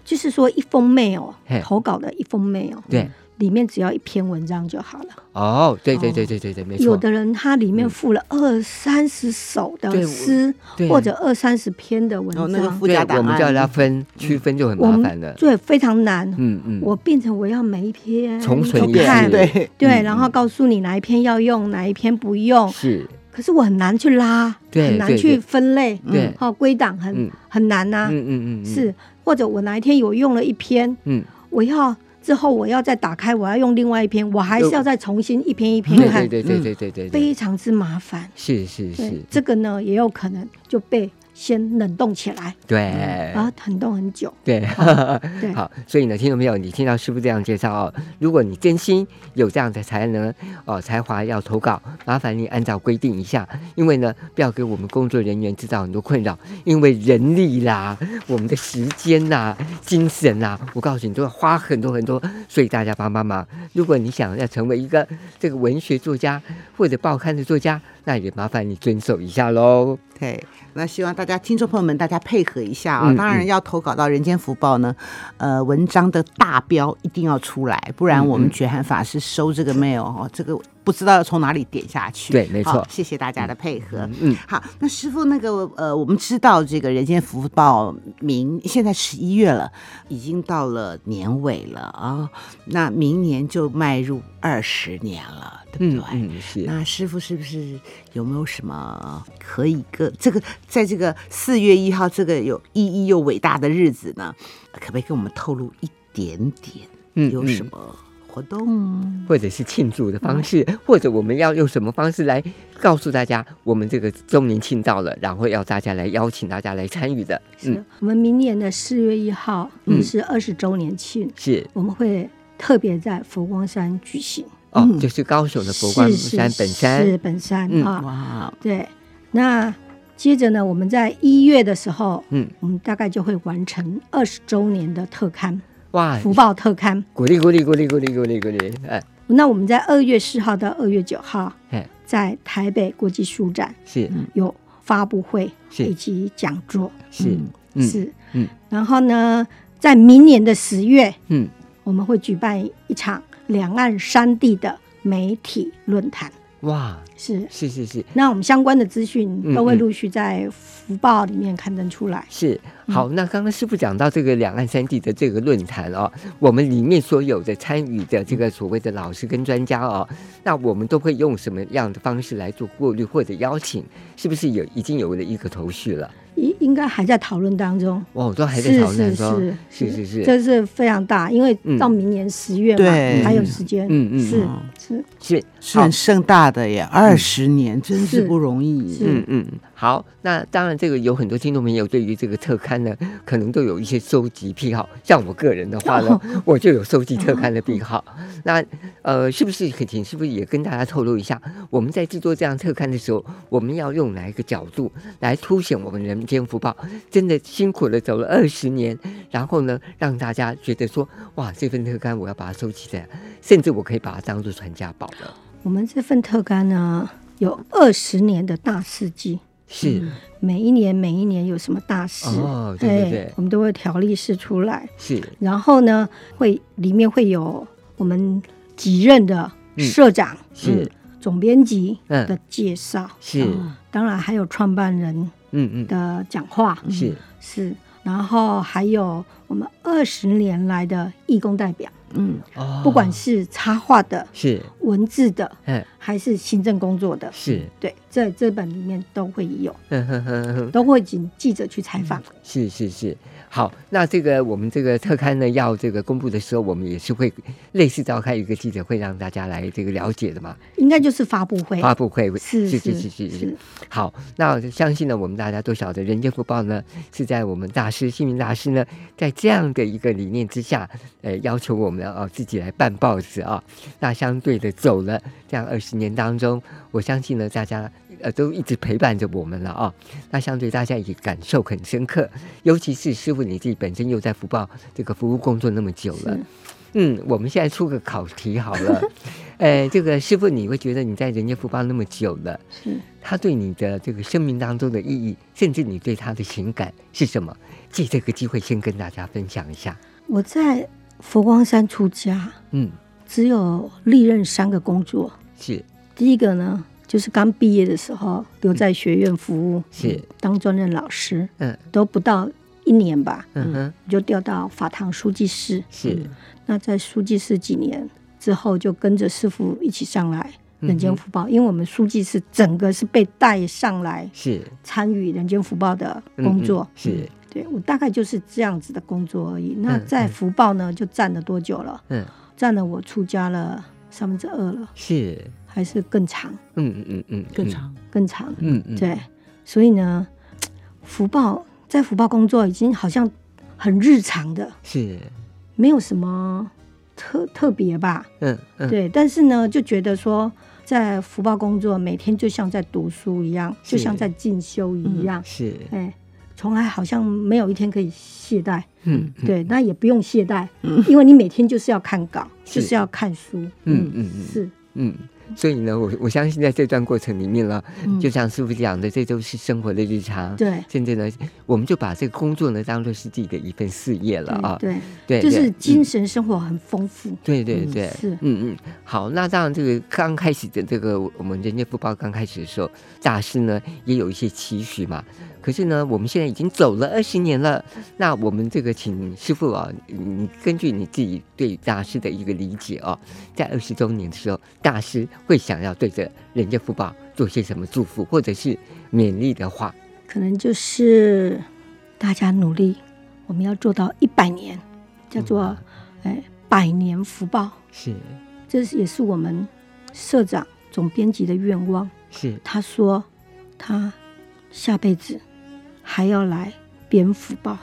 Speaker 5: 就是说一封 mail
Speaker 3: 嘿
Speaker 5: 投稿的一封 mail，
Speaker 3: 对，
Speaker 5: 里面只要一篇文章就好了。
Speaker 3: 哦，对对对对对对，没错，
Speaker 5: 有的人他里面附了二三十首
Speaker 3: 对
Speaker 5: 的
Speaker 3: 我
Speaker 5: 诗
Speaker 3: 对
Speaker 5: 或者二三十篇的文
Speaker 4: 哦那个
Speaker 5: 章
Speaker 4: 附，
Speaker 3: 对
Speaker 4: 加，档
Speaker 3: 我们
Speaker 4: 案
Speaker 3: 就要它分区分就很
Speaker 5: 嗯我
Speaker 3: 麻烦
Speaker 5: 们
Speaker 3: 了。
Speaker 5: 对非常难。
Speaker 3: 嗯嗯，
Speaker 5: 我变成我要每一篇
Speaker 3: 重
Speaker 5: 都
Speaker 3: 存一
Speaker 5: 看
Speaker 3: 次，
Speaker 4: 对
Speaker 5: 对，
Speaker 3: 嗯
Speaker 5: 然后告诉你哪一篇要用，哪一篇不用。
Speaker 3: 是，
Speaker 5: 可是我很难去拉，
Speaker 3: 对
Speaker 5: 很难
Speaker 3: 对
Speaker 5: 去
Speaker 3: 对
Speaker 5: 分类，
Speaker 3: 对
Speaker 5: 好归档很
Speaker 3: 嗯
Speaker 5: 很难呐
Speaker 3: 嗯。嗯嗯，嗯，
Speaker 5: 是，或者我哪一天有用了一篇，
Speaker 3: 嗯，
Speaker 5: 我要之后我要再打开，我要用另外一篇，我还是要再重新一篇一篇
Speaker 3: 对
Speaker 5: 看，
Speaker 3: 对对对对对对
Speaker 5: 嗯非
Speaker 3: 对，
Speaker 5: 常之麻烦。
Speaker 3: 是是
Speaker 5: 对
Speaker 3: 是，，
Speaker 5: 这个呢也有可能就被先冷冻起来，
Speaker 3: 对
Speaker 5: 然后冷冻 很久。
Speaker 3: 对，
Speaker 5: 对
Speaker 3: 哎好，所以呢，听众朋友，你听到师傅这样介绍哦，如果你真心有这样的才能哦才华要投稿，麻烦你按照规定一下，因为呢，不要给我们工作人员制造很多困扰，因为人力啦、我们的时间啦、精神啦，我告诉你都要花很多很多，所以大家帮帮忙。如果你想要成为一个这个文学作家或者报刊的作家，那也麻烦你遵守一下喽。
Speaker 4: 对，那希望大家听众朋友们大家配合一下啊、
Speaker 3: 嗯
Speaker 4: 当然要投稿到《人间福报》呢，呃，文章的大标一定要出来，不然我们觉寒法师收这个 mail 哦，这个不知道要从哪里点下去。
Speaker 3: 对没错
Speaker 4: 好谢谢大家的配合。
Speaker 3: 嗯，
Speaker 4: 好，那师傅，那个呃，我们知道这个《人间福报》明现在十一月了，已经到了年尾了啊、那明年就迈入二十年了，对
Speaker 3: 嗯
Speaker 4: 不对？
Speaker 3: 嗯，是。
Speaker 4: 那师傅是不是有没有什么可以跟这个在这个四月一号这个有意义又伟大的日子呢？可不可以跟我们透露一点点？
Speaker 3: 嗯
Speaker 4: 有
Speaker 3: 嗯
Speaker 4: 什么活动？
Speaker 3: 或者是庆祝的
Speaker 5: 嗯
Speaker 3: 方式，或者我们要用什么方式来告诉大家我们这个周年庆到了，然后要大家来邀请大家来参与的。嗯
Speaker 5: 是，我们明年的四月一号
Speaker 3: 嗯
Speaker 5: 是二十周年庆，
Speaker 3: 是
Speaker 5: 我们会特别在佛光山举行。
Speaker 3: 哦，
Speaker 4: 嗯
Speaker 3: 就是高雄的佛光
Speaker 5: 是
Speaker 3: 山
Speaker 5: 是
Speaker 3: 本山。
Speaker 5: 是本山
Speaker 3: 嗯
Speaker 5: 啊。
Speaker 4: 哇，
Speaker 5: 对，那接着呢，我们在一月的时候，
Speaker 3: 嗯，
Speaker 5: 我们大概就会完成二十周年的特刊
Speaker 3: 哇，
Speaker 5: 《福报特刊》。
Speaker 3: 鼓励鼓励鼓励鼓励鼓励鼓励，哎
Speaker 5: 那我们在二月四号到二月九号，
Speaker 3: 哎，
Speaker 5: 在台北国际书展
Speaker 3: 是
Speaker 5: 有发布会
Speaker 3: 是
Speaker 5: 以及讲座，
Speaker 3: 是嗯
Speaker 5: 是，
Speaker 3: 嗯，
Speaker 5: 然后呢，在明年的十月，
Speaker 3: 嗯，
Speaker 5: 我们会举办一场两岸三地的媒体论坛，
Speaker 3: 哇，
Speaker 5: 是
Speaker 3: 是是是，
Speaker 5: 那我们相关的资讯
Speaker 3: 嗯
Speaker 5: 都会
Speaker 3: 嗯
Speaker 5: 陆续在福报里面刊登出来。
Speaker 3: 是好，那刚刚师傅讲到这个两岸三地的这个论坛哦，我们里面所有的参与的这个所谓的老师跟专家哦，那我们都会用什么样的方式来做过滤或者邀请？是不是有已经有了一个头绪了？
Speaker 5: 应应该还在讨论当中，
Speaker 3: 哦，都还在
Speaker 5: 是
Speaker 3: 讨论
Speaker 5: 是
Speaker 3: 中
Speaker 5: 是，
Speaker 3: 是是是，
Speaker 5: 这是非常大，因为到明年十月嘛，
Speaker 4: 对
Speaker 5: 还有时间，
Speaker 3: 嗯嗯
Speaker 5: 是是
Speaker 3: 是
Speaker 4: 是很盛大的耶，二十年真是
Speaker 5: 是
Speaker 4: 不容易。
Speaker 5: 是
Speaker 3: 嗯嗯，好，那当然，这个有很多听众朋友对于这个特刊呢， 可能都有一些收集癖好。像我个人的话呢， 我就有收集特刊的癖好。 那呃，是不是可请是不是也跟大家透露一下，我们在制作这样特刊的时候，我们要用哪一个角度来凸显我们人间福报？真的辛苦了，走了二十年，然后呢，让大家觉得说，哇，这份特刊我要把它收起来，甚至我可以把它当做传家宝了。
Speaker 5: 我们这份特刊呢，有二十年的大事迹，
Speaker 3: 是、
Speaker 5: 每一年每一年有什么大事，
Speaker 3: 哦对对
Speaker 5: 哎
Speaker 3: 对
Speaker 5: 我们都会条例式出来，
Speaker 3: 是，
Speaker 5: 然后呢，会里面会有我们几任的社长、
Speaker 3: 嗯
Speaker 5: 嗯
Speaker 3: 是
Speaker 5: 总编辑
Speaker 3: 嗯
Speaker 5: 的介绍，啊
Speaker 3: 是，
Speaker 5: 当然还有创办人
Speaker 3: 嗯嗯。
Speaker 5: 的讲话，
Speaker 3: 是
Speaker 5: 是，然后还有我们二十年来的义工代表，
Speaker 4: 嗯，
Speaker 3: 哦
Speaker 5: 不管是插画的、
Speaker 3: 是，
Speaker 5: 文字的，
Speaker 3: 嗯，
Speaker 5: 还是行政工作的，
Speaker 3: 是，
Speaker 5: 对，在这本里面都会有，
Speaker 3: 嗯哼哼哼，
Speaker 5: 都会请记者去采访。
Speaker 3: 是是是。好，那这个我们这个特刊呢，要这个公布的时候，我们也是会类似召开一个记者会，让大家来这个了解的嘛，
Speaker 5: 应该就是发布会，
Speaker 3: 发布会
Speaker 5: 哎是
Speaker 3: 是
Speaker 5: 是
Speaker 3: 是是
Speaker 5: 是
Speaker 3: 是。好，那相信呢，我们大家都晓得，《人间福报》呢是在我们大师星云大师呢，在这样的一个理念之下，呃要求我们哦自己来办报纸啊、那相对的走了这样二十年当中，我相信呢大家呃都一直陪伴着我们了啊、那相对大家也感受很深刻，尤其是师傅你自己本身又在福报这个服务工作那么久了
Speaker 5: 是。
Speaker 3: 嗯，我们现在出个考题好了， 呃，这个师傅，你会觉得你在人间福报那么久了，
Speaker 5: 是
Speaker 3: 他对你的这个生命当中的意义，甚至你对他的情感是什么？借这个机会先跟大家分享一下。
Speaker 5: 我在佛光山出家，
Speaker 3: 嗯，
Speaker 5: 只有历任三个工作。
Speaker 3: 是
Speaker 5: 第一个呢，就是刚毕业的时候留在学院服务，
Speaker 3: 嗯
Speaker 5: 嗯
Speaker 3: 是
Speaker 5: 当专任老师，
Speaker 3: 嗯
Speaker 5: 都不到一年吧，
Speaker 3: 嗯哼
Speaker 5: 我就调到法堂书记室。嗯
Speaker 3: 是
Speaker 5: 那在书记室几年之后，就跟着师傅一起上来人
Speaker 3: 嗯
Speaker 5: 间
Speaker 3: 哼
Speaker 5: 福报，因为我们书记室整个是被带上来
Speaker 3: 是
Speaker 5: 参与人间福报的
Speaker 3: 嗯
Speaker 5: 工作。
Speaker 3: 嗯是
Speaker 5: 对我大概就是这样子的工作而已。那
Speaker 3: 嗯
Speaker 5: 在
Speaker 3: 嗯
Speaker 5: 福报呢，就占了多久了？
Speaker 3: 嗯
Speaker 5: 占了我出家了三分之二了，
Speaker 3: 是
Speaker 5: 还是更长
Speaker 3: 嗯嗯嗯嗯
Speaker 4: 更长，
Speaker 5: 更长？
Speaker 3: 嗯嗯
Speaker 5: 对，所以呢，福报在福报工作已经好像很日常的，
Speaker 3: 是
Speaker 5: 没有什么特特别吧？
Speaker 3: 嗯嗯
Speaker 5: 对，但是呢，就觉得说。在福报工作，每天就像在读书一样，
Speaker 3: 是嗯
Speaker 5: 就像在进修一样，
Speaker 3: 是
Speaker 5: 哎，从来好像没有一天可以懈怠。
Speaker 3: 嗯
Speaker 5: 对，那也不用懈怠，因为你每天就是要看稿，
Speaker 3: 是
Speaker 5: 就是要看书，
Speaker 3: 嗯嗯嗯
Speaker 5: 是，
Speaker 3: 嗯，所以呢，我我相信在这段过程里面了，就像师傅讲的，这都是生活的日常。
Speaker 5: 嗯对
Speaker 3: 甚至呢，我们就把这个工作呢当做是自己的一份事业了啊。
Speaker 5: 对
Speaker 3: 对，
Speaker 5: 对，就是
Speaker 3: 对
Speaker 5: 精神生活很丰富，
Speaker 3: 对对对，
Speaker 5: 是
Speaker 3: 嗯嗯，好，那当然，这个刚开始的这个我们人间福报刚开始的时候，大师呢也有一些期许嘛。可是呢，我们现在已经走了二十年了，那我们这个请师傅啊，你根据你自己对大师的一个理解哦，在二十周年的时候，大师会想要对着人间福报做些什么祝福，或者是勉励的话？
Speaker 5: 可能就是大家努力，我们要做到一百年，叫做
Speaker 3: 哇
Speaker 5: 哎百年福报，
Speaker 3: 是
Speaker 5: 这是也是我们社长总编辑的愿望。
Speaker 3: 是，
Speaker 5: 他说他下辈子还要来编福报，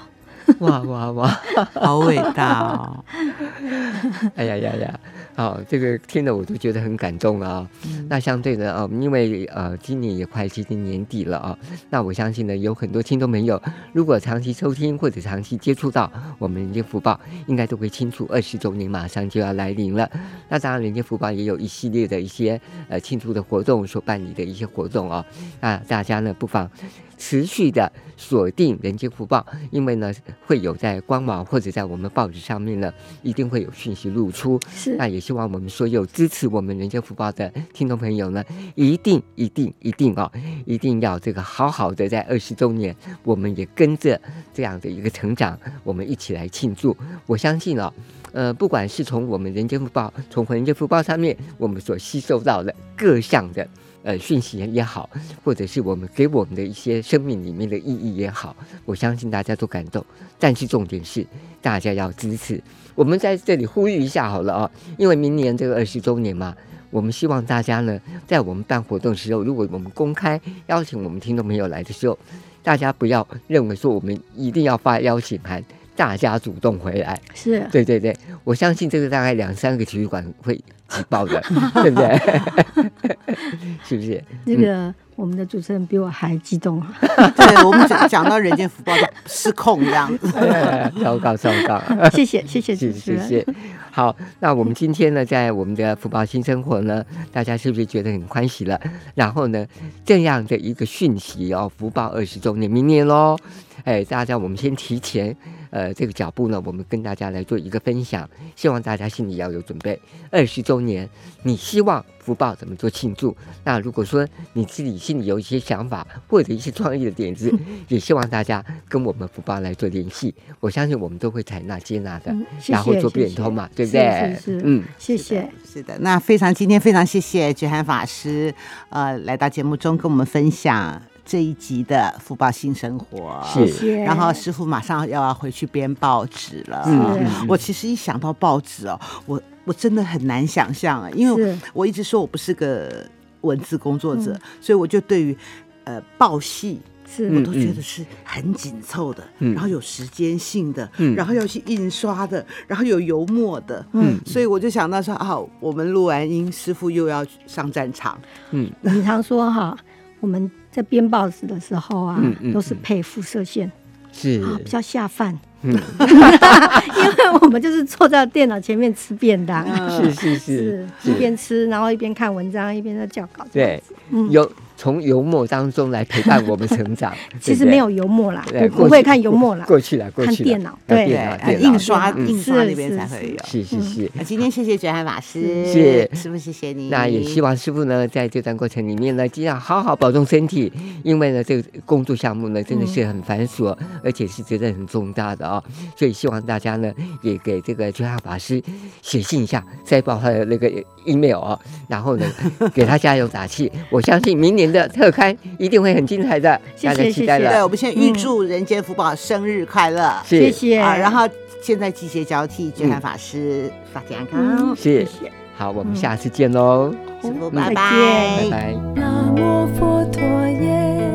Speaker 3: 哇哇哇！
Speaker 4: 好伟大哦！
Speaker 3: 哎呀呀呀！好，这个听得我都觉得很感动了啊、那相对的啊、因为呃，今年也快接近年底了啊、那我相信呢，有很多听众朋友，如果长期收听或者长期接触到我们人间福报，应该都会清楚二十周年马上就要来临了。那当然，人间福报也有一系列的一些呃庆祝的活动所办理的一些活动啊、那大家呢，不妨持续的锁定人间福报，因为呢，会有在官网或者在我们报纸上面呢，一定会有讯息露出。
Speaker 5: 是
Speaker 3: 那也希望我们所有支持我们人间福报的听众朋友呢，一定一定一定哦，一定要这个好好的在二十周年，我们也跟着这样的一个成长，我们一起来庆祝。我相信哦，呃，不管是从我们人间福报，从人间福报上面我们所吸收到的各项的。呃，讯息也好，或者是我们给我们的一些生命里面的意义也好，我相信大家都感动。但是重点是，大家要支持。我们在这里呼吁一下好了啊、因为明年这个二十周年嘛，我们希望大家呢，在我们办活动的时候，如果我们公开邀请我们听众朋友来的时候，大家不要认为说我们一定要发邀请函，大家主动回来。
Speaker 5: 是，
Speaker 3: 对对对，我相信这个大概两三个体育馆会挤爆的，对不对？ 是不是？
Speaker 5: 这
Speaker 3: 嗯
Speaker 5: 个我们的主持人比我还激动啊。
Speaker 4: 对我们讲讲到人间福报都失控这样子，
Speaker 3: 哎 糟糕糟糕。
Speaker 5: 谢谢谢谢
Speaker 3: 是
Speaker 5: 主持
Speaker 3: 是
Speaker 5: 人，
Speaker 3: 是，好，那我们今天呢，在我们的福报新生活呢，大家是不是觉得很欢喜了？然后呢，这样的一个讯息哦，福报二十周年，明年喽，哎，大家我们先提前，呃，这个脚步呢，我们跟大家来做一个分享，希望大家心里要有准备。二十周年，你希望福报怎么做庆祝？那如果说你自己心里有一些想法或者一些创意的点
Speaker 5: 嗯
Speaker 3: 子，也希望大家跟我们福报来做联系，我相信我们都会采纳接纳的。
Speaker 5: 嗯，谢谢
Speaker 3: 然后做
Speaker 5: 谢谢
Speaker 3: 变通嘛，对不对？
Speaker 5: 是是是，
Speaker 3: 嗯，
Speaker 5: 谢谢，
Speaker 4: 是的，那非常今天非常谢谢觉涵法师，呃，来到节目中跟我们分享这一集的福报新生活。
Speaker 3: 是
Speaker 5: 谢谢。
Speaker 4: 然后师傅马上要回去编报纸了。
Speaker 3: 嗯
Speaker 5: 是
Speaker 4: 我其实一想到报纸哦，我我真的很难想象啊，因为
Speaker 5: 是嗯
Speaker 4: 我一直说我不是个文字工作者，所以我就对于呃报系
Speaker 5: 是
Speaker 4: 我
Speaker 3: 嗯
Speaker 4: 都觉得是很紧凑的，
Speaker 3: 嗯
Speaker 4: 然后有时间性的，
Speaker 3: 嗯
Speaker 4: 然后要去印刷的，然后有油墨的，嗯，所以我就想到说，啊，我们录完音，师傅又要上战场，
Speaker 5: 我们常说哈，我们在编报纸的时候啊，
Speaker 3: 嗯嗯
Speaker 5: 都是配辐射线
Speaker 3: 是
Speaker 5: 啊，比较下饭。
Speaker 3: 嗯
Speaker 5: 因为我们就是坐在电脑前面吃便当，
Speaker 3: 是
Speaker 4: 嗯
Speaker 3: 是是
Speaker 5: 是一边吃，然后一边看文章，一边在校稿。
Speaker 3: 对，
Speaker 5: 嗯。
Speaker 3: 有从油墨当中来陪伴我们成长
Speaker 5: 其实
Speaker 3: 对不对
Speaker 5: 没有油墨啦，
Speaker 3: 对
Speaker 5: 我
Speaker 3: 过
Speaker 5: 不
Speaker 3: 去
Speaker 5: 会看油墨啦，
Speaker 3: 过去了，过
Speaker 5: 看
Speaker 3: 去了，
Speaker 5: 电脑，
Speaker 3: 看
Speaker 5: 对
Speaker 3: 电脑，
Speaker 4: 对，呃
Speaker 3: 电脑
Speaker 4: 印刷
Speaker 5: 嗯
Speaker 4: 印刷
Speaker 5: 是
Speaker 4: 那边
Speaker 5: 是
Speaker 4: 才会有。
Speaker 3: 是
Speaker 5: 嗯
Speaker 3: 是是。
Speaker 4: 啊今天谢谢卷涵法师，
Speaker 3: 是
Speaker 4: 师傅谢谢你，
Speaker 3: 那也希望师傅呢，在这段过程里面呢，尽量好好保重身体，因为呢，这个工作项目呢，真的是
Speaker 5: 嗯
Speaker 3: 很繁琐，而且是责任很重大的哦。所以希望大家呢，也给这个觉汉法师写信一下，再报他的那个 email 哦，然后呢，给他加油打气。我相信明年的特刊一定会很精彩的，
Speaker 5: 谢
Speaker 3: 大
Speaker 5: 谢
Speaker 3: 家期待
Speaker 5: 谢
Speaker 4: 对，
Speaker 3: 了
Speaker 4: 我。们先预祝人间福宝生日快乐，
Speaker 3: 是
Speaker 5: 谢谢。
Speaker 4: 啊，然后现在季节交替，卷涵法师法体安康
Speaker 5: 嗯，，
Speaker 3: 是
Speaker 5: 谢谢。嗯
Speaker 3: 好，我们下次见喽，
Speaker 4: 师傅拜
Speaker 5: 再见
Speaker 3: 拜
Speaker 5: 哎
Speaker 4: 拜。
Speaker 3: 拜。
Speaker 6: 南无佛陀耶，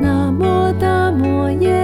Speaker 6: 南无达摩耶，